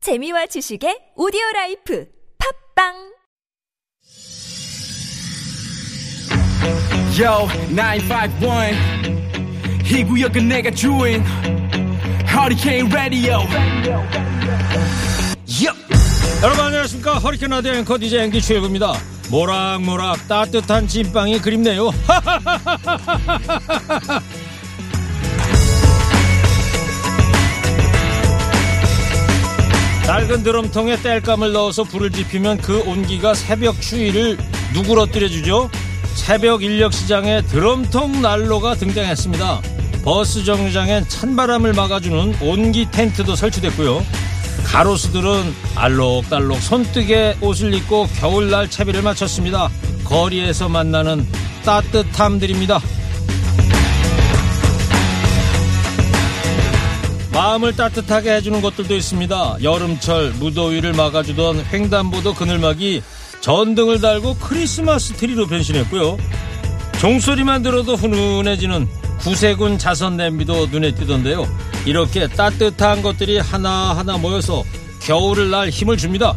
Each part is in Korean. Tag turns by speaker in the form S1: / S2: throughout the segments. S1: 재미와 지식의 오디오 라이프 팝빵
S2: Yo, 951. 이 구역은 내가 주인. Hurricane Radio. Yup.
S3: 여러분 안녕하십니까 허리케인 라디오 앵커 DJ 앵기 최일구입니다 모락모락 따뜻한 찐빵이 그립네요 낡은 드럼통에 땔감을 넣어서 불을 지피면 그 온기가 새벽 추위를 누그러뜨려주죠. 새벽 인력시장에 드럼통 난로가 등장했습니다. 버스 정류장엔 찬바람을 막아주는 온기 텐트도 설치됐고요. 가로수들은 알록달록 손뜨개 옷을 입고 겨울날 채비를 마쳤습니다. 거리에서 만나는 따뜻함들입니다. 마음을 따뜻하게 해주는 것들도 있습니다. 여름철 무더위를 막아주던 횡단보도 그늘막이 전등을 달고 크리스마스 트리로 변신했고요. 종소리만 들어도 훈훈해지는 구세군 자선 냄비도 눈에 띄던데요. 이렇게 따뜻한 것들이 하나하나 모여서 겨울을 날 힘을 줍니다.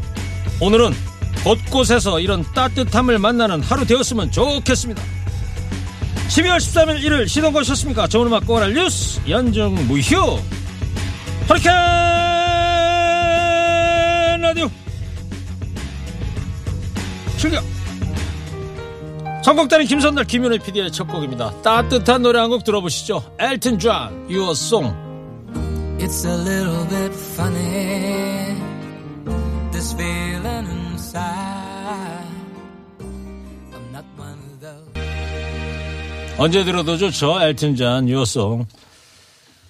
S3: 오늘은 곳곳에서 이런 따뜻함을 만나는 하루 되었으면 좋겠습니다. 12월 13일 일요일 시동 거셨습니까? 좋은 음악 꼬라 뉴스 연중 무휴 허리케인 라디오 출격 선곡단은 김선달 김윤혜 PD의 첫 곡입니다 따뜻한 노래 한 곡 들어보시죠 엘튼 존 Your Song
S4: It's a little bit funny, this feeling inside. I'm not one of those.
S3: 언제 들어도 좋죠 엘튼 존 Your Song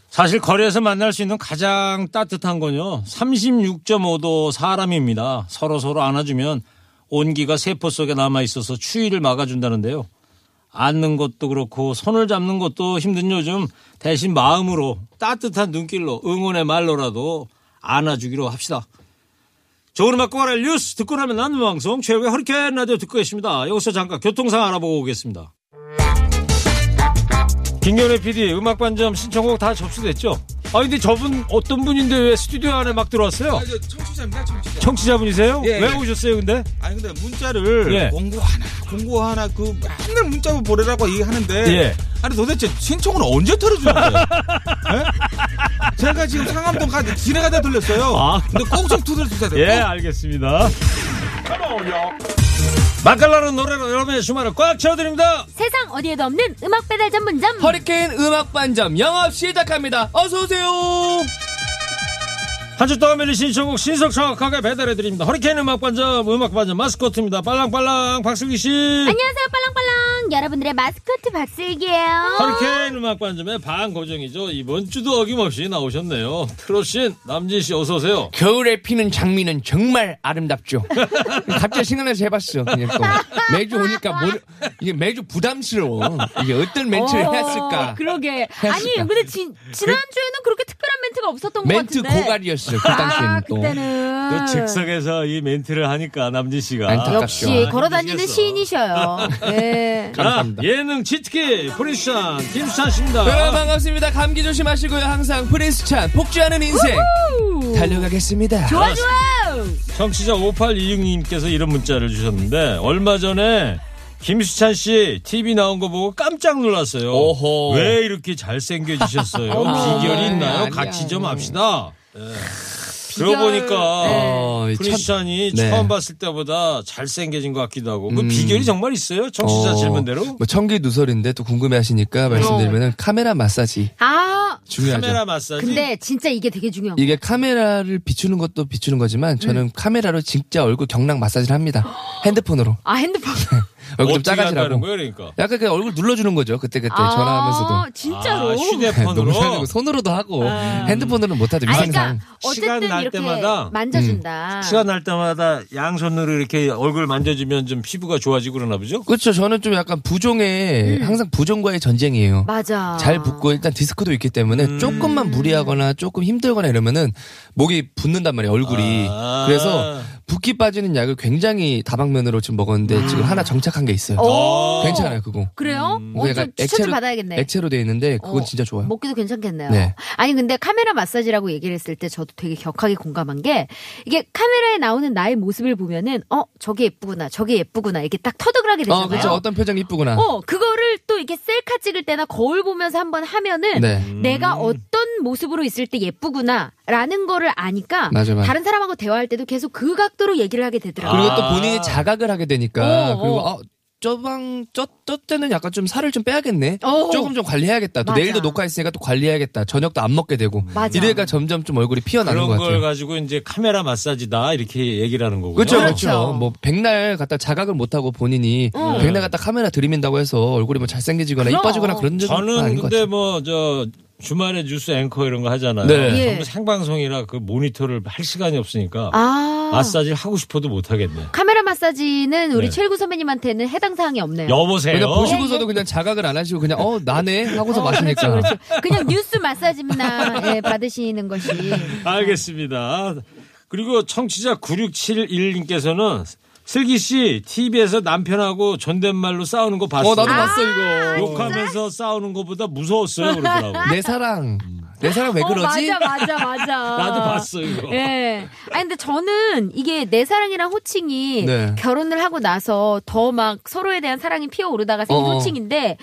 S3: 사실 거리에서 만날 수 있는 가장 따뜻한 건요 36.5도 사람입니다 서로 서로 안아주면 온기가 세포 속에 남아 있어서 추위를 막아준다는데요 앉는 것도 그렇고 손을 잡는 것도 힘든 요즘 대신 마음으로 따뜻한 눈길로 응원의 말로라도 안아주기로 합시다. 좋은 음악 꼬라 뉴스 듣고 나면 나는 방송 최고의 허리케인 라디오 듣고 계십니다. 여기서 잠깐 교통상 알아보고 오겠습니다. 김경래 PD 음악 반점 신청곡 다 접수됐죠? 아 근데 저분 어떤 분인데 왜 스튜디오 안에 막 들어왔어요?
S5: 아, 저 청취자입니다, 청취자.
S3: 청취자분이세요?
S5: 예,
S3: 왜
S5: 예.
S3: 오셨어요 근데?
S5: 아니 근데 문자를
S3: 예.
S5: 공고 하나, 공고 하나 그 맨날 문자로 보내라고 얘기하는데
S3: 예.
S5: 아니 도대체 신청은 언제 털어주는 거예요? 예? 제가 지금 상암동 가 지나가다 들렸어요.
S3: 아.
S5: 근데 꼭 좀 두드려 주세요.
S3: 예,
S5: 꼭.
S3: 알겠습니다. 맛깔나는 노래로 여러분의 주말을 꽉 채워드립니다.
S6: 세상 어디에도 없는 음악 배달 전문점
S7: 허리케인 음악 반점 영업 시작합니다. 어서 오세요.
S3: 한 주 동안 밀린 신청곡 신속 정확하게 배달해드립니다. 허리케인 음악반점, 음악반점 마스코트입니다. 빨랑빨랑 박슬기 씨.
S6: 안녕하세요 빨랑빨랑 여러분들의 마스코트 박슬기예요
S3: 허리케인 음악반점의 반고정이죠. 이번 주도 어김없이 나오셨네요. 트롯신 남진 씨 어서 오세요.
S7: 겨울에 피는 장미는 정말 아름답죠. 갑자기 생각나서 해봤어. 그냥 또. 매주 오니까 뭐, 이게 매주 부담스러워. 이게 어떤 멘트를
S6: 어,
S7: 했을까?
S6: 그러게
S7: 했을까?
S6: 아니 근데 지, 지난주에는 그렇게 특별한 멘트가 없었던 것
S7: 멘트
S6: 같은데
S7: 고갈이었어. 그
S6: 아
S7: 당시에는 또. 그렇죠.
S6: 그때는
S3: 즉석에서 이 멘트를 하니까 남진 씨가.
S7: 안타깝죠.
S6: 역시
S7: 아,
S6: 걸어다니는
S3: 힘드시겠어.
S6: 시인이셔요 네.
S3: 자,
S7: 감사합니다.
S3: 아, 예능 치트키 프리션 김수찬
S7: 여러분
S3: 씨입니다.
S7: 반갑습니다. 감기 조심하시고요. 항상 프린스찬 폭주하는 인생 달려가겠습니다.
S6: 좋아 좋아
S7: 네.
S3: 정치자 5826님께서 이런 문자를 주셨는데 얼마 전에 김수찬 씨 TV 나온 거 보고 깜짝 놀랐어요.
S7: 오호. 아,
S3: 왜 이렇게 잘생겨지셨어요?
S6: 어머.
S3: 비결이 있나요?
S7: 아니야,
S3: 같이
S7: 아니야.
S3: 좀 합시다. 예. 그러고 보니까
S7: 네.
S3: 크리스찬이
S7: 참- 네.
S3: 처음 봤을 때보다 잘생겨진 것 같기도 하고 그
S7: 음.
S3: 비결이 정말 있어요? 정치자
S7: 어,
S3: 질문대로?
S7: 뭐 청기 누설인데 또 궁금해하시니까 말씀드리면 카메라 마사지
S6: 아
S7: 중요하죠.
S3: 카메라 마사지?
S6: 근데 진짜 이게 되게 중요한 거
S7: 이게 카메라를 비추는 것도 비추는 거지만 저는 카메라로 진짜 얼굴 경락 마사지를 합니다. 핸드폰으로.
S6: 아 핸드폰
S3: 어떻게
S7: 네, 얼굴 좀
S3: 한다는
S7: 작아지라고.
S3: 거예요 그러니까?
S7: 약간 그 얼굴 눌러주는 거죠. 그때그때 전화하면서도.
S6: 아, 진짜로
S3: 아, 휴대폰으로?
S7: 네, 너무 편하고 손으로도 하고 핸드폰으로는 못하죠.
S6: 아
S7: 위생상. 음.
S6: 그러니까
S3: 시간
S6: 어쨌든
S3: 날
S6: 이렇게
S3: 때마다
S6: 만져준다
S3: 시간 날 때마다 양손으로 이렇게 얼굴 만져주면 좀 피부가 좋아지고 그러나 보죠?
S7: 그렇죠. 저는 좀 약간 부종에 항상 부종과의 전쟁이에요.
S6: 음. 맞아
S7: 잘 붓고 일단 디스크도 있기 때문에
S3: 음.
S7: 조금만 무리하거나 조금 힘들거나 이러면은 목이 붓는단 말이에요 얼굴이
S3: 아.
S7: 그래서 붓기 빠지는 약을 굉장히 다방면으로 지금 먹었는데
S6: 아.
S7: 지금 하나 정착한 게 있어요.
S6: 오.
S7: 괜찮아요, 음. 그거.
S6: 그래요? 어, 저
S7: 약간
S6: 추천 좀 받아야겠네.
S7: 액체로 돼 있는데 그건
S6: 어,
S7: 진짜 좋아요.
S6: 먹기도 괜찮겠네요.
S7: 네.
S6: 아니 근데 카메라 마사지라고 얘기를 했을 때 저도 되게 격하게 공감한 게 이게 카메라에 나오는 나의 모습을 보면은 어 저게 예쁘구나 저게 예쁘구나 이렇게 딱 터득을 하게 되잖아요.
S7: 어, 그렇죠. 어떤 표정이 이쁘구나.
S6: 어, 그거를 또 이렇게 셀카 찍을 때나 거울 보면서 한번 하면은
S7: 네.
S6: 내가 어떤 모습으로 있을 때 예쁘구나라는 거를 아니까
S7: 맞아, 맞아.
S6: 다른 사람하고 대화할 때도 계속 그 각도로 얘기를 하게
S7: 아.
S6: 되더라고요.
S7: 그리고 또 본인이 자각을 하게 되니까
S6: 아. 어,
S7: 그리고
S6: 어.
S7: 아, 저방 저, 저 때는 약간 좀 살을 좀 빼야겠네.
S6: 어.
S7: 조금 좀 관리해야겠다. 또
S6: 맞아.
S7: 내일도 녹화했으니까 또 관리해야겠다. 저녁도 안 먹게 되고.
S6: 맞아.
S7: 이래가 점점 좀 얼굴이 피어나는
S3: 그런
S7: 것
S3: 걸
S7: 같아요.
S3: 가지고 이제 카메라 마사지다 이렇게 얘기를 하는 거고요.
S7: 그렇죠,
S6: 그렇죠.
S7: 그렇죠. 뭐 백날 갖다 자각을 못 하고 본인이 백날 갖다 카메라 들이민다고 해서 얼굴이 뭐 잘생겨지거나
S6: 그럼.
S7: 이뻐지거나 그런 적은
S3: 저는
S7: 아닌 것
S3: 근데
S7: 같아요.
S3: 뭐 저 주말에 뉴스 앵커 이런 거 하잖아요.
S7: 네.
S6: 예.
S3: 전부 생방송이라 그 모니터를 할 시간이 없으니까
S6: 아.
S3: 마사지를 하고 싶어도 못 하겠네.
S6: 카메라 마사지는 우리
S3: 네.
S6: 최일구 선배님한테는 해당 사항이 없네요.
S3: 여보세요.
S7: 그냥 보시고서도 그냥 자각을 안 하시고 그냥 어 나네 하고서 마시니까.
S6: 그렇죠, 그냥 뉴스 마사지나 예, 받으시는 것이
S3: 알겠습니다. 그리고 청취자 9671님께서는 슬기 씨 TV에서 남편하고 존댓말로 싸우는 거 봤어요. 아,
S7: 어 나도 봤어 이거.
S3: 욕하면서 싸우는 거보다 무서웠어요 그러더라고.
S7: 내 사랑. 내 사랑 왜 그러지?
S6: 어, 맞아 맞아 맞아.
S3: 나도 봤어 이거.
S6: 예. 아니 근데 저는 이게 내 사랑이랑 호칭이
S7: 네.
S6: 결혼을 하고 나서 더 막 서로에 대한 사랑이 피어오르다가 생긴
S7: 어어.
S6: 호칭인데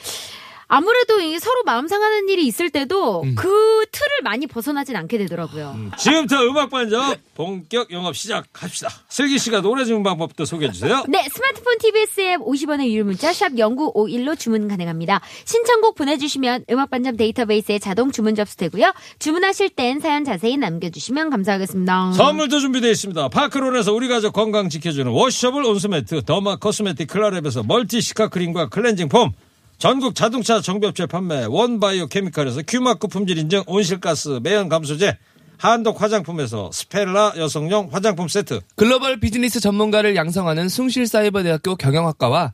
S6: 아무래도 이게 서로 마음 상하는 일이 있을 때도
S7: 음.
S6: 그 틀을 많이 벗어나진 않게 되더라고요.
S3: 지금부터 음악 반점 본격 영업 시작합시다. 슬기 씨가 노래 주문 방법도 소개해 주세요.
S6: 네, 스마트폰 TBS 앱 50원의 유료 문자 샵 0951로 주문 가능합니다. 신청곡 보내주시면 음악반점 데이터베이스에 자동 주문 접수되고요. 주문하실 땐 사연 자세히 남겨주시면 감사하겠습니다.
S3: 선물도 준비되어 있습니다. 파크론에서 우리 가족 건강 지켜주는 워셔블 온수매트, 더마 코스메틱 클라랩에서 멀티 시카 크림과 클렌징 폼, 전국 자동차 정비업체 판매, 원바이오 케미칼에서 큐마크 품질 인증 온실가스 매연 감소제, 한독 화장품에서 스펠라 여성용 화장품 세트,
S7: 글로벌 비즈니스 전문가를 양성하는 숭실사이버대학교 경영학과와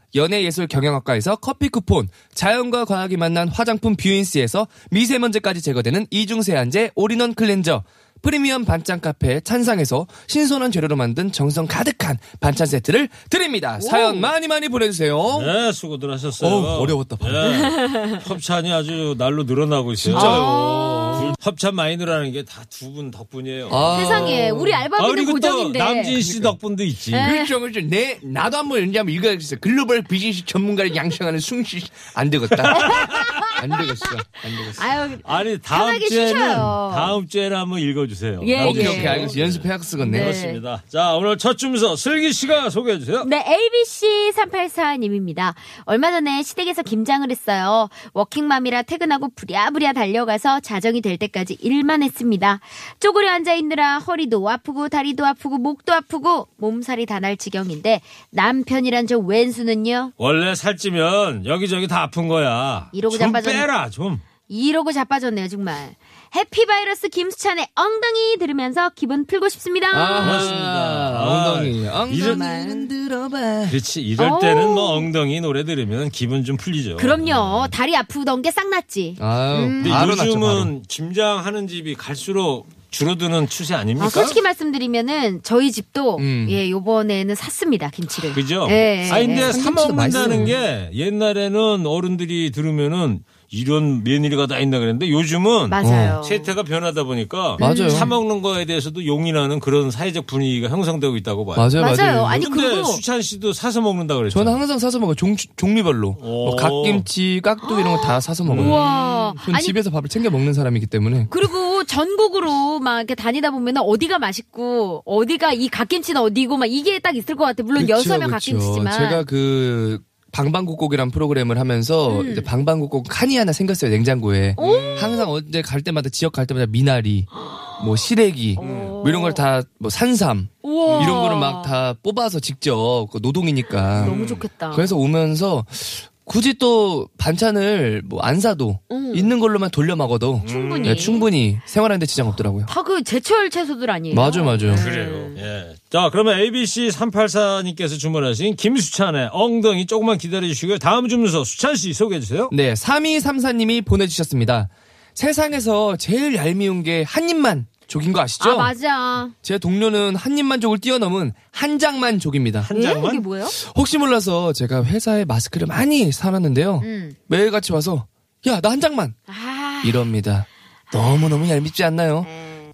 S7: 연예예술경영학과에서 커피 쿠폰, 자연과 과학이 만난 화장품 뷰인스에서 미세먼지까지 제거되는 이중세안제 올인원 클렌저, 프리미엄 반찬 카페 찬상에서 신선한 재료로 만든 정성 가득한 반찬 세트를 드립니다. 사연 많이 많이 보내주세요.
S3: 네, 수고들 하셨어요.
S7: 어우, 어려웠다.
S3: 예. 협찬이 아주 날로 늘어나고 있어요.
S7: 진짜요.
S3: 협찬 많이 늘어나는 게 다 두 분 덕분이에요.
S7: 아.
S6: 세상에 우리
S3: 아,
S6: 알바비는
S3: 그리고 또
S6: 고정인데.
S3: 남진 씨 덕분도 있지.
S7: 그렇죠, 그렇죠. 네, 나도 한번 이제 한번 읽어야겠어. 글로벌 비즈니스 전문가를 양성하는 숭실 안 되겠다. 안 되겠어, 안 되겠어.
S6: 아유,
S3: 아니 다음
S6: 편하게
S3: 주에는
S6: 쉬셔요.
S3: 다음 주에는 한번 읽어주세요.
S6: 예,
S3: 다음
S7: 오케이,
S6: 예.
S3: 주에.
S7: 오케이, 알겠어. 연습해 학습건네.
S6: 네.
S3: 그렇습니다. 자 오늘 첫 주문서 슬기 씨가 소개해 주세요.
S6: 네, ABC384님입니다. 얼마 전에 시댁에서 김장을 했어요. 워킹맘이라 퇴근하고 부랴부랴 달려가서 자정이 될 때까지 일만 했습니다. 쪼그려 앉아있느라 허리도 아프고 다리도 아프고 목도 아프고 몸살이 다 날 지경인데 남편이란 저 왼수는요?
S3: 원래 살찌면 여기저기 다 아픈 거야.
S6: 이러고
S3: 좀
S6: 자빠졌네.
S3: 빼라 좀.
S6: 이러고 자빠졌네요, 정말. 해피바이러스 김수찬의 엉덩이 들으면서 기분 풀고 싶습니다.
S7: 아, 엉덩이.
S3: 아,
S7: 엉덩이는 들어봐.
S3: 그렇지 이럴
S6: 오.
S3: 때는 뭐 엉덩이 노래 들으면 기분 좀 풀리죠.
S6: 그럼요. 다리 아프던 게 싹 났지.
S7: 아유,
S3: 근데
S7: 바로 났죠,
S3: 요즘은
S7: 바로.
S3: 김장하는 집이 갈수록 줄어드는 추세 아닙니까?
S6: 아, 솔직히 말씀드리면은 저희 집도
S7: 음.
S6: 예 요번에는 샀습니다 김치를.
S3: 그죠?
S6: 예.
S3: 아, 근데
S6: 예.
S3: 사 먹는다는 게 옛날에는 어른들이 들으면은 이런 며느리가 다 있나 그랬는데 요즘은
S6: 맞아요.
S3: 세태가 변하다 보니까
S7: 맞아요.
S3: 사 먹는 거에 대해서도 용인하는 그런 사회적 분위기가 형성되고 있다고 봐요.
S7: 맞아요, 맞아요.
S6: 맞아요. 아니
S3: 근데
S6: 그리고
S3: 수찬 씨도 사서 먹는다 그랬죠.
S7: 저는 항상 사서 먹어요. 종, 종류별로. 뭐 갓김치, 깍두 이런 거 다 사서 먹어요.
S6: 우와
S7: 저는
S6: 아니
S7: 음, 집에서 밥을 챙겨 먹는 사람이기 때문에.
S6: 그리고 전국으로 막 이렇게 다니다 보면 은 어디가 맛있고 어디가 이 갓김치는 어디고 막 이게 딱 있을 것 같아. 물론
S7: 그쵸,
S6: 여섯 명
S7: 그렇죠, 그쵸.
S6: 갓김치지만.
S7: 제가 그 방방곡곡이란 프로그램을 하면서
S6: 음.
S7: 이제 방방곡곡 칸이 하나 생겼어요 냉장고에 항상 언제 갈 때마다 지역 갈 때마다 미나리 뭐 시래기 뭐 이런 걸 다 뭐 산삼
S6: 우와.
S7: 이런 거를 막 다 뽑아서 직접 그 노동이니까
S6: 너무 좋겠다.
S7: 그래서 오면서 굳이 또 반찬을 뭐 안 사도
S6: 음.
S7: 있는 걸로만 돌려 먹어도
S6: 충분히.
S7: 네, 충분히 생활하는데 지장 없더라고요.
S6: 다 그 제철 채소들 아니에요?
S7: 맞아 맞아.
S3: 그래요. 예. 자, 그러면 ABC 384님께서 주문하신 김수찬의 엉덩이 조금만 기다려 주시고요. 다음 주문서 수찬 씨 소개해 주세요.
S7: 네, 3234님이 보내주셨습니다. 세상에서 제일 얄미운 게 한 입만 족인 거 아시죠?
S6: 아 맞아.
S7: 제 동료는 한 입만 족을 뛰어넘은 한 장만 족입니다.
S3: 한
S6: 예?
S3: 장만?
S6: 이게 뭐예요?
S7: 혹시 몰라서 제가 회사에 마스크를 많이 사놨는데요.
S6: 음.
S7: 매일같이 와서 야 나 한 장만
S6: 아. 네.
S7: 이럽니다. 너무너무 얄밉지 않나요?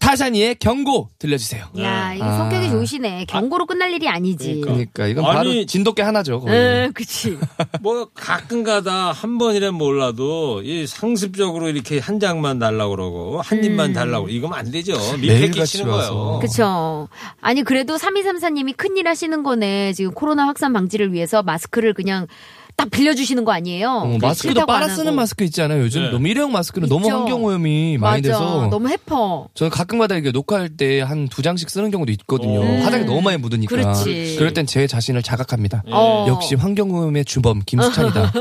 S7: 타샤니의 경고 들려주세요.
S6: 야, 이게
S7: 아.
S6: 성격이 좋으시네. 경고로 끝날 일이 아니지.
S7: 그러니까 이건
S3: 아니-
S7: 바로 진돗개 하나죠. 거의.
S6: 응, 그치.
S7: 네.
S3: 뭐 가끔가다 한 번이란 몰라도 이 상습적으로 이렇게 한 장만 달라고 그러고 한 입만 달라고 이거면 안 되죠. 밀폐
S7: 매일같이
S3: 끼치는 거예요.
S7: 와서.
S6: 음. 그쵸. 아니, 그래도 3234님이 큰일 하시는 거네. 지금 코로나 확산 방지를 위해서 마스크를 그냥 딱 빌려주시는 거 아니에요?
S7: 어, 마스크도
S6: 싫다고 안
S7: 빨아 쓰는
S6: 하고.
S7: 마스크 있잖아요. 요즘
S3: 네.
S7: 너무 일회용 마스크는 너무
S6: 있죠.
S7: 환경오염이 많이
S6: 맞아.
S7: 돼서
S6: 너무 해퍼.
S7: 저는 가끔마다 이게 녹화할 때 한 두 장씩 쓰는 경우도 있거든요.
S3: 음.
S7: 화장이 너무 많이 묻으니까.
S6: 네. 그렇지.
S7: 럴 땐 제 자신을 자각합니다.
S6: 어.
S7: 예, 역시 환경오염의 주범 김수찬이다.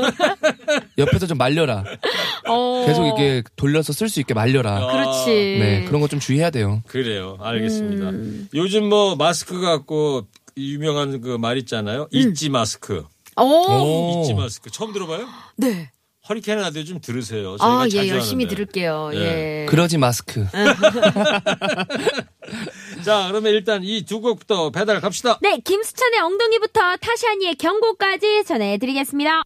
S7: 옆에서 좀 말려라.
S6: 어. 예.
S7: 계속 이게 돌려서 쓸 수 있게 말려라.
S6: 그렇지.
S7: 네, 그런 거 좀 주의해야 돼요.
S3: 그래요. 알겠습니다.
S6: 음.
S3: 요즘 뭐 마스크 갖고 유명한 그 말 있잖아요.
S6: 음.
S3: 있지 마스크.
S6: 어.
S7: 오.
S3: 있지 마스크. 처음 들어봐요?
S6: 네.
S3: 허리케인 라디오 좀 들으세요. 저희가
S6: 아,
S3: 자주
S6: 예, 열심히
S3: 하는데.
S6: 들을게요.
S3: 예.
S6: 예.
S7: 그러지 마스크.
S3: 자, 그러면 일단 이 두 곡부터 배달 갑시다.
S6: 네, 김수찬의 엉덩이부터 타샤니의 경고까지 전해드리겠습니다.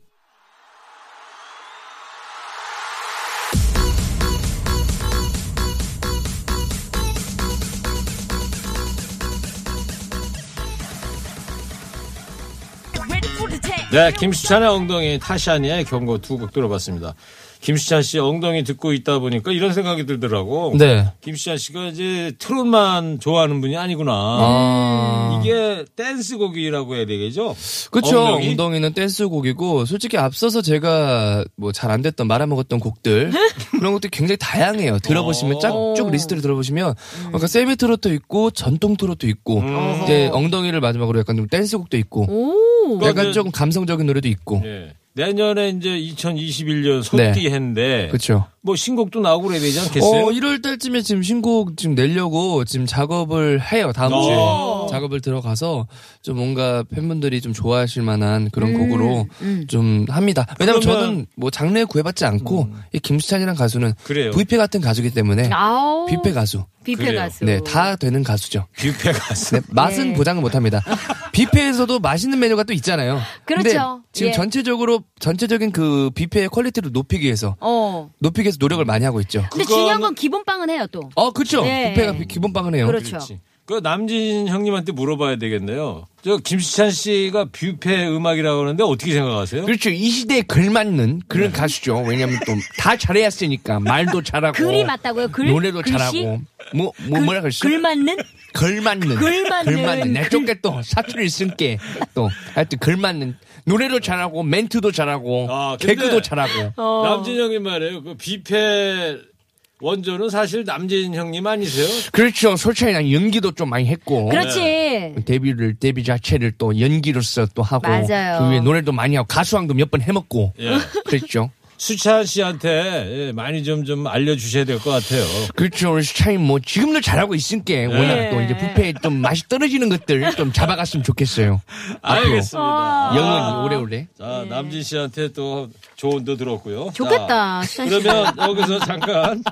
S3: 네, 김수찬의 엉덩이 타샤니의 경고 두 곡 들어봤습니다. 김수찬 씨 엉덩이 듣고 있다 보니까 이런 생각이 들더라고.
S7: 네.
S3: 김수찬 씨가 이제 트롯만 좋아하는 분이 아니구나.
S7: 아.
S3: 이게 댄스곡이라고 해야 되겠죠?
S7: 그쵸.
S3: 엉덩이?
S7: 엉덩이? 는 댄스곡이고, 솔직히 앞서서 제가 뭐 잘 안 됐던 말아먹었던 곡들, 그런 것들이 굉장히 다양해요. 들어보시면, 쫙, 쭉 리스트를 들어보시면, 그러니까 세미 트로트 있고, 전통 트로트 있고,
S3: 음.
S7: 이제 엉덩이를 마지막으로 약간 좀 댄스곡도 있고,
S6: 오.
S3: 그러면-
S7: 약간 조금 감성적인 노래도 있고,
S3: 예. 내년에 이제 2021년 소띠
S7: 네.
S3: 해인데
S7: 그쵸.
S3: 뭐 신곡도 나오고 그래야 되지 않겠어요?
S7: 어, 1월 달쯤에 지금 신곡 지금 내려고 지금 작업을 해요. 다음
S3: 어.
S7: 주에
S3: 오.
S7: 작업을 들어가서 좀 뭔가 팬분들이 좀 좋아하실 만한 그런
S6: 음,
S7: 곡으로 좀 합니다.
S3: 그러면- 음.
S7: 왜냐면 저는 뭐 장르에 구애받지 않고 이 김수찬이란 가수는
S3: 그래요.
S7: 뷔페 같은 가수기 때문에
S6: 아오.
S7: 뷔페 가수.
S6: 뷔페
S3: 그래요.
S6: 가수.
S7: 네, 다 되는 가수죠.
S3: 뷔페 가수.
S7: 네, 맛은 보장을 못 합니다. 뷔페에서도 맛있는 메뉴가 또 있잖아요. 근데
S6: 그렇죠.
S7: 지금
S6: 예.
S7: 전체적으로 전체적인 그 뷔페의 퀄리티를 높이기 위해서
S6: 어.
S7: 높이기 위해서 노력을 많이 하고 있죠.
S6: 근데
S3: 그거는-
S6: 중요한 건 기본빵은 해요, 또.
S7: 어, 그렇죠.
S6: 네.
S7: 뷔페가 기본빵을 해요.
S6: 그렇죠.
S3: 그렇지. 그 남진 형님한테 물어봐야 되겠네요. 저 김수찬 씨가 뷔페 음악이라고 하는데 어떻게 생각하세요?
S7: 그렇죠. 이 시대에 걸맞는
S6: 네.
S7: 그런 가수죠. 왜냐면 또 다 잘해야 쓰니까 말도 잘하고
S6: 글이 맞다고요? 글?
S7: 노래도
S6: 글씨?
S7: 잘하고 뭐, 뭐 뭐라 그랬어?
S6: 글 맞는?
S7: 걸맞는
S6: 걸맞는.
S7: 내 쪽에 또 사투리 쓴게 또 하여튼 걸맞는 노래도 잘하고 멘트도 잘하고
S3: 아, 근데-
S7: 개그도 잘하고
S6: 어.
S3: 남진 형님 말이에요. 그 뷔페 원조는 사실 남진 형님 아니세요?
S7: 그렇죠. 솔찬이 난 연기도 좀 많이 했고 네.
S6: 그렇지.
S7: 데뷔를 데뷔 자체를 또 연기로서 또 하고
S6: 맞아요.
S7: 그 위에 노래도 많이 하고 가수왕도 몇 번 해먹고
S3: 예.
S7: 그랬죠.
S3: 수찬 씨한테 예, 많이 좀 좀 알려주셔야 될 것 같아요.
S7: 그렇죠. 우리 수찬이 뭐 지금도 잘하고 있으니까
S6: 네.
S7: 워낙 또 이제 부패에 좀 맛이 떨어지는 것들 좀 잡아갔으면 좋겠어요.
S6: 아,
S3: 알겠습니다.
S7: 영원히 오래오래.
S3: 자, 남진 씨한테 또 조언도 들었고요.
S6: 네. 좋겠다.
S3: 자, 그러면 여기서 잠깐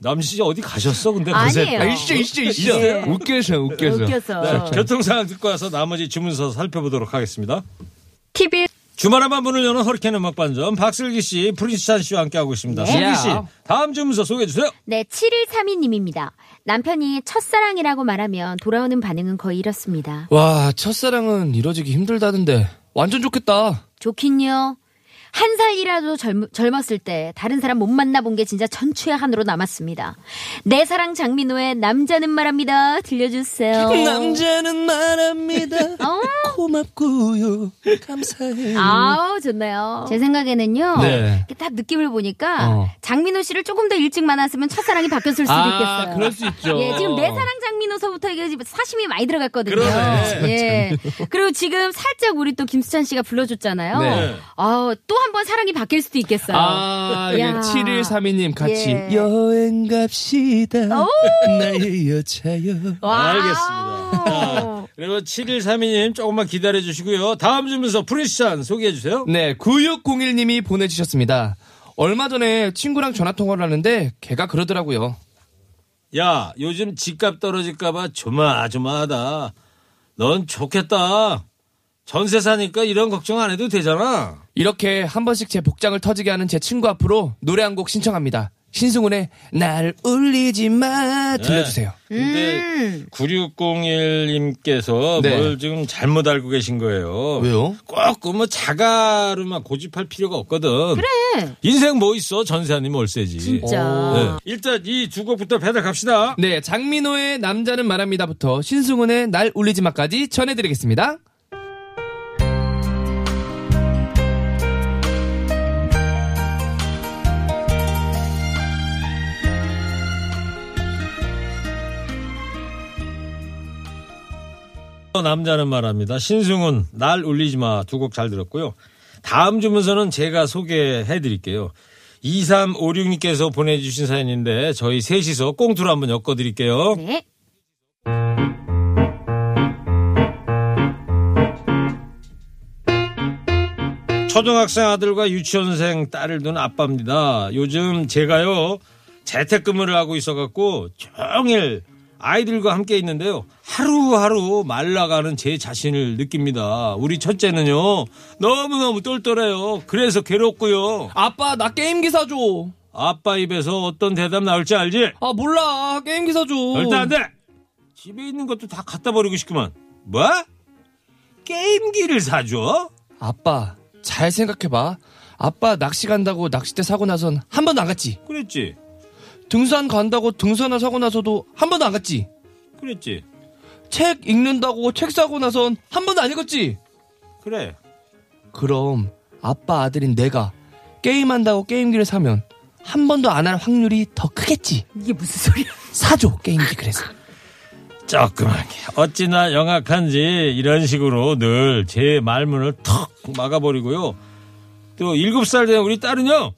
S3: 남진 씨 어디 가셨어? 근데 요새
S6: 아니에요.
S7: 아, 있죠, 있죠, 있죠.
S6: 예.
S7: 웃겨서, 웃겨서.
S6: 웃겨서.
S3: 네, 교통 상황 듣고 와서 나머지 주문서 살펴보도록 하겠습니다.
S6: TV
S3: 주말에만 문을 여는 허리케인 음악 반점 박슬기 씨, 프린스찬 씨와 함께 하고 있습니다.
S7: 네.
S3: 슬기
S7: 야.
S3: 씨, 다음 주문서 소개해 주세요.
S6: 네, 7132님입니다. 남편이 첫사랑이라고 말하면 돌아오는 반응은 거의 이렇습니다.
S7: 와, 첫사랑은 이뤄지기 힘들다던데. 완전 좋겠다.
S6: 좋긴요. 한 살이라도 젊, 젊었을 때 다른 사람 못 만나본 게 진짜 전추의 한으로 남았습니다. 내 사랑 장민호의 남자는 말합니다. 들려주세요.
S7: 남자는 말합니다.
S6: 어?
S7: 고맙고요. 감사해요.
S6: 아우 좋네요. 제 생각에는요.
S7: 네.
S6: 이렇게 딱 느낌을 보니까
S7: 어.
S6: 장민호 씨를 조금 더 일찍 만났으면 첫사랑이 바뀌었을 수도
S7: 아,
S6: 있겠어요.
S7: 그럴 수
S3: 그렇죠.
S7: 있죠.
S6: 예, 지금 내 사랑 장민호서부터 이게 지금 사심이 많이 들어갔거든요.
S3: 그러네.
S6: 예. 그리고 지금 살짝 우리 또 김수찬 씨가 불러줬잖아요.
S7: 네.
S6: 아, 또 한 번 사랑이 바뀔 수도 있겠어요.
S7: 아, 예,
S6: 야.
S7: 7132님 같이.
S6: 예.
S7: 여행 갑시다. 나의 여차여.
S6: 와.
S3: 알겠습니다.
S7: 어.
S3: 자, 그리고 7132님 조금만 기다려 주시고요. 다음 주문서 프린스찬 소개해 주세요.
S7: 네, 9601님이 보내주셨습니다. 얼마 전에 친구랑 전화 통화를 하는데 걔가 그러더라고요.
S3: 야, 요즘 집값 떨어질까봐 조마조마하다. 넌 좋겠다. 전세 사니까 이런 걱정 안 해도 되잖아.
S7: 이렇게 한 번씩 제 복장을 터지게 하는 제 친구 앞으로 노래 한 곡 신청합니다. 신승훈의 날 울리지 마 들려주세요.
S3: 근데
S6: 음.
S3: 9601님께서
S7: 네.
S3: 뭘 지금 잘못 알고 계신 거예요.
S7: 왜요?
S3: 꼭 뭐 자가로만 고집할 필요가 없거든.
S6: 그래.
S3: 인생 뭐 있어? 전세 아니면 월세지.
S6: 진짜.
S3: 네. 일단 이 두 곡부터 배달 갑시다.
S7: 네, 장민호의 남자는 말합니다부터 신승훈의 날 울리지 마까지 전해드리겠습니다.
S3: 남자는 말합니다. 신승훈, 날 울리지 마. 두 곡 잘 들었고요. 다음 주문서는 제가 소개해 드릴게요. 2356님께서 보내주신 사연인데 저희 셋이서 꽁투로 한번 엮어 드릴게요.
S6: 네.
S3: 초등학생 아들과 유치원생 딸을 둔 아빠입니다. 요즘 제가요 재택근무를 하고 있어갖고 종일 아이들과 함께 있는데요. 하루하루 말라가는 제 자신을 느낍니다. 우리 첫째는요 너무너무 똘똘해요. 그래서 괴롭고요.
S7: 아빠 나 게임기 사줘.
S3: 아빠 입에서 어떤 대답 나올지 알지?
S7: 아 몰라 게임기 사줘.
S3: 절대 안 돼. 집에 있는 것도 다 갖다 버리고 싶구만. 뭐? 게임기를 사줘?
S7: 아빠 잘 생각해봐. 아빠 낚시 간다고 낚싯대 사고 나선 한 번도 안 갔지.
S3: 그랬지,
S7: 등산 간다고 등산을 사고 나서도 한 번도 안 갔지.
S3: 그랬지,
S7: 책 읽는다고 책 사고 나선 한 번도 안 읽었지.
S3: 그래.
S7: 그럼 아빠 아들인 내가 게임한다고 게임기를 사면 한 번도 안 할 확률이 더 크겠지.
S6: 이게 무슨 소리야?
S7: 사줘 게임기 그래서.
S3: 조그맣게 어찌나 영악한지 이런 식으로 늘 제 말문을 턱 막아버리고요. 또 일곱 살 된 우리 딸은요.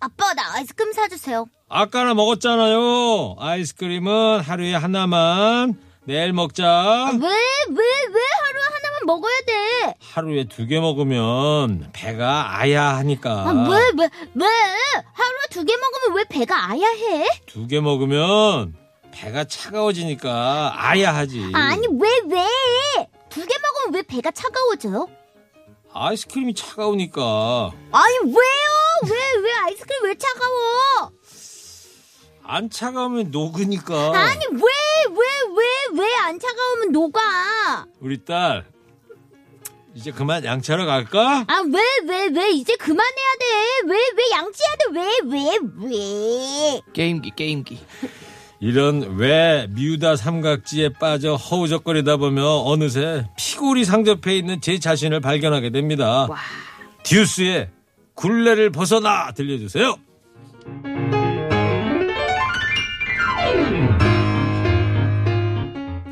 S6: 아빠 나 아이스크림 사주세요.
S3: 아까나 먹었잖아요. 아이스크림은 하루에 하나만. 내일 먹자.
S6: 왜 왜 왜 하루에 하나만 먹어야 돼?
S3: 하루에 두 개 먹으면 배가 아야 하니까.
S6: 아 왜 왜 왜 하루에 두 개 먹으면 왜 배가 아야 해?
S3: 두 개 먹으면 배가 차가워지니까 아야 하지.
S6: 아니 왜 왜? 두 개 먹으면 왜 배가 차가워져요?
S3: 아이스크림이 차가우니까
S6: 아니 왜요? 왜 왜 아이스크림 왜 차가워?
S3: 안 차가우면
S7: 어.
S3: 녹으니까.
S6: 아니 왜 왜 왜 왜 안 차가우면 녹아?
S3: 우리 딸 이제 그만 양치하러 갈까?
S6: 아 왜 왜 왜 이제 그만해야 돼? 왜 왜 양치해야 돼? 왜 왜 왜?
S7: 게임기 게임기.
S3: 이런 왜 미우다 삼각지에 빠져 허우적거리다 보면 어느새 피골이 상접해 있는 제 자신을 발견하게 됩니다. 듀스의 굴레를 벗어나 들려주세요.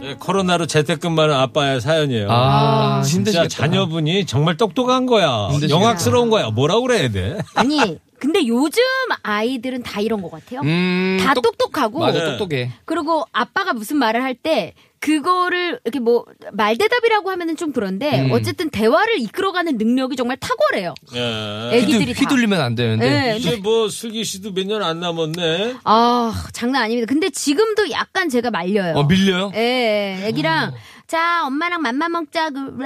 S3: 네, 코로나로 재택근무하는 아빠의 사연이에요.
S7: 아,
S3: 진짜
S7: 힘드시겠다.
S3: 자녀분이 정말 똑똑한 거야.
S7: 힘드시겠다.
S3: 영악스러운 거야. 뭐라고 그래야 돼?
S6: 아니 근데 요즘 아이들은 다 이런 것 같아요.
S7: 음,
S6: 다
S7: 똑-
S6: 똑똑하고
S7: 맞아
S3: 네.
S7: 똑똑해.
S6: 그리고 아빠가 무슨 말을 할 때 그거를 이렇게 뭐 말대답이라고 하면은 좀 그런데
S7: 음.
S6: 어쨌든 대화를 이끌어가는 능력이 정말 탁월해요.
S7: 네.
S6: 애기들이 다.
S7: 휘둘리면 안 되는데.
S6: 예,
S3: 이제 뭐 슬기 씨도 몇 년 안 남았네.
S6: 아 장난 아닙니다. 근데 지금도 약간 제가 말려요.
S7: 어 밀려요?
S6: 예, 예, 애기랑 자 엄마랑 맘마 먹자 그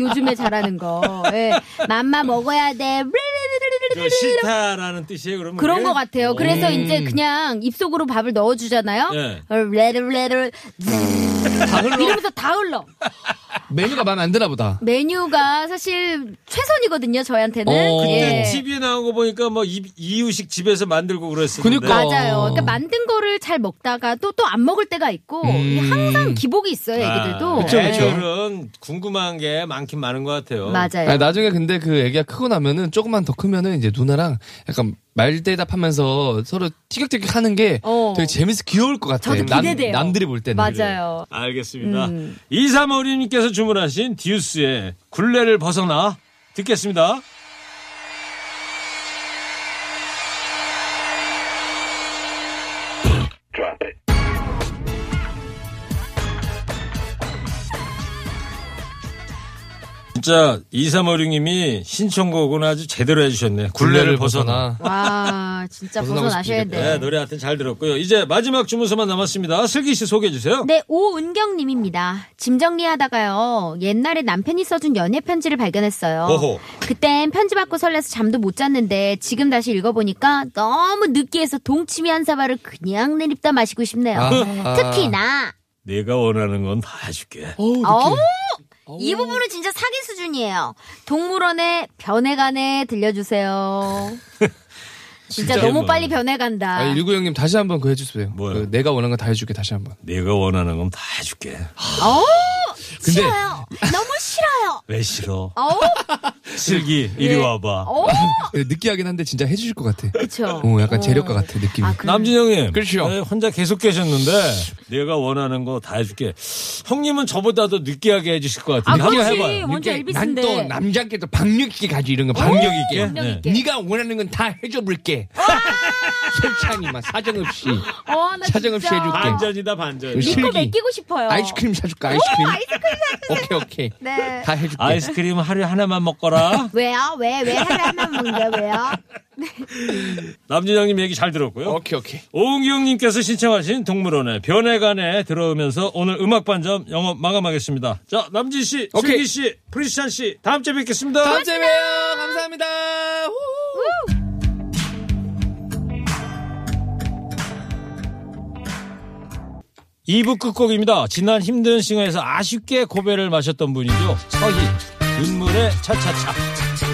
S6: 요즘에 잘하는 거. 예. 맘마 먹어야 돼.
S3: 그 싫다라는 뜻이에요. 그러면 예?
S6: 그런
S3: 그게?
S6: 것 같아요. 그래서 이제 그냥 입속으로 밥을 넣어주잖아요.
S3: 예.
S6: 어, 레르레르 이러면서 다 흘러.
S7: 메뉴가 마음에 안 드나 보다.
S6: 메뉴가 사실 최선이거든요. 저희한테는.
S7: 어.
S3: 그때
S6: 예.
S3: TV에 나온 거 보니까 뭐 이, 이유식 집에서 만들고 그랬었는데.
S7: 그니까.
S6: 맞아요. 그러니까 만든 거를 잘 먹다가 또 또 안 먹을 때가 있고 이게 항상 기복이 있어요. 애기들도.
S3: 그쵸, 아, 그쵸.
S6: 예.
S3: 애들은 궁금한 게 많긴 많은 것 같아요.
S6: 맞아요.
S7: 아니, 나중에 근데 그 애기가 크고 나면은 조금만 더 크면은 이제 누나랑 약간 말대답하면서 서로 티격태격 하는 게
S6: 어.
S7: 되게 재밌어 귀여울 것 같아.
S6: 저도 기대돼요.
S7: 남, 들이볼 때는.
S6: 맞아요.
S3: 알겠습니다.
S6: 음.
S3: 2356님께서 주문하신 듀스의 굴레를 벗어나 듣겠습니다. 진짜 2356님이 신청곡은 아주 제대로 해주셨네. 굴레를 벗어나.
S6: 와, 진짜
S7: 벗어나고
S6: 벗어나셔야
S7: 싶으시겠다.
S6: 돼.
S3: 네, 노래 하여튼 잘 들었고요. 이제 마지막 주문서만 남았습니다. 슬기 씨 소개해 주세요.
S6: 네, 오은경님입니다. 짐 정리하다가요, 옛날에 남편이 써준 연애 편지를 발견했어요.
S3: 오호.
S6: 그땐 편지 받고 설레서 잠도 못 잤는데, 지금 다시 읽어보니까 너무 느끼해서 동치미 한 사발을 그냥 내립다 마시고 싶네요.
S7: 아하.
S6: 특히 나.
S3: 네가 원하는 건 다 해줄게.
S7: 아,
S6: 어우! 이 부분은 진짜 사기 수준이에요. 동물원의 변해간에 들려주세요. 진짜,
S3: 진짜
S6: 너무
S3: 뭐.
S6: 빨리 변해간다.
S7: 아, 일구 형님 다시 한번 그 해주세요.
S3: 뭐요?
S7: 그 내가 원하는 거 다 해줄게 다시 한번.
S3: 네가 원하는 건 다 해줄게.
S6: 어우!
S7: 근데-
S6: 싫어요. 너무 싫어요.
S3: 왜 싫어?
S6: 어우!
S3: 슬기 이리
S6: 예.
S3: 와봐.
S6: 어우!
S7: 근데 그 느끼하긴 한데 진짜 해주실 것 같아.
S6: 그쵸.
S7: 어, 약간 재력가 같아 느낌이.
S6: 아, 그-
S3: 남진형님.
S7: 그렇죠.
S3: 네, 혼자 계속 계셨는데 내가 원하는 거 다 해줄게. 형님은 저보다도 느끼하게 해주실 것 같은데
S6: 아,
S3: 한번
S6: 그렇지.
S3: 해봐요.
S6: 먼저
S7: 이게
S6: 엘비스인데. 어,
S7: 난또 남자께도 박력있게 가지 이런 거 박력있게.
S3: 박력 있게.
S7: 네가 원하는 건 다 해줘볼게. 솔찬이 막 사정없이
S6: 어, 아! 나
S7: 사정없이
S6: 진짜.
S7: 해줄게.
S3: 반전이다 반전.
S7: 실-
S6: 믿고
S7: 실기.
S6: 맡기고 싶어요.
S7: 아이스크림 사줄까 아이스크림. 오케이 오케이.
S6: 네.
S7: 다 해줄게.
S3: 아이스크림 하루에 하나만 먹거라.
S6: 왜요? 왜? 왜 하나만 먹는데 왜요?
S3: 남진형님 얘기 잘 들었고요.
S7: 오케이 오케이.
S3: 오은경님께서 신청하신 동물원의 변해간에 들어오면서 오늘 음악 반점 영업 마감하겠습니다. 자 남진 씨,
S7: 오케이.
S3: 슬기 씨, 프리스찬 씨, 다음 주에 뵙겠습니다.
S7: 다음 주에 봬요. 감사합니다. 후.
S3: 이부 끝곡입니다. 지난 힘든 싱어에서 아쉽게 고배를 마셨던 분이죠. 서희, 눈물의 차차차.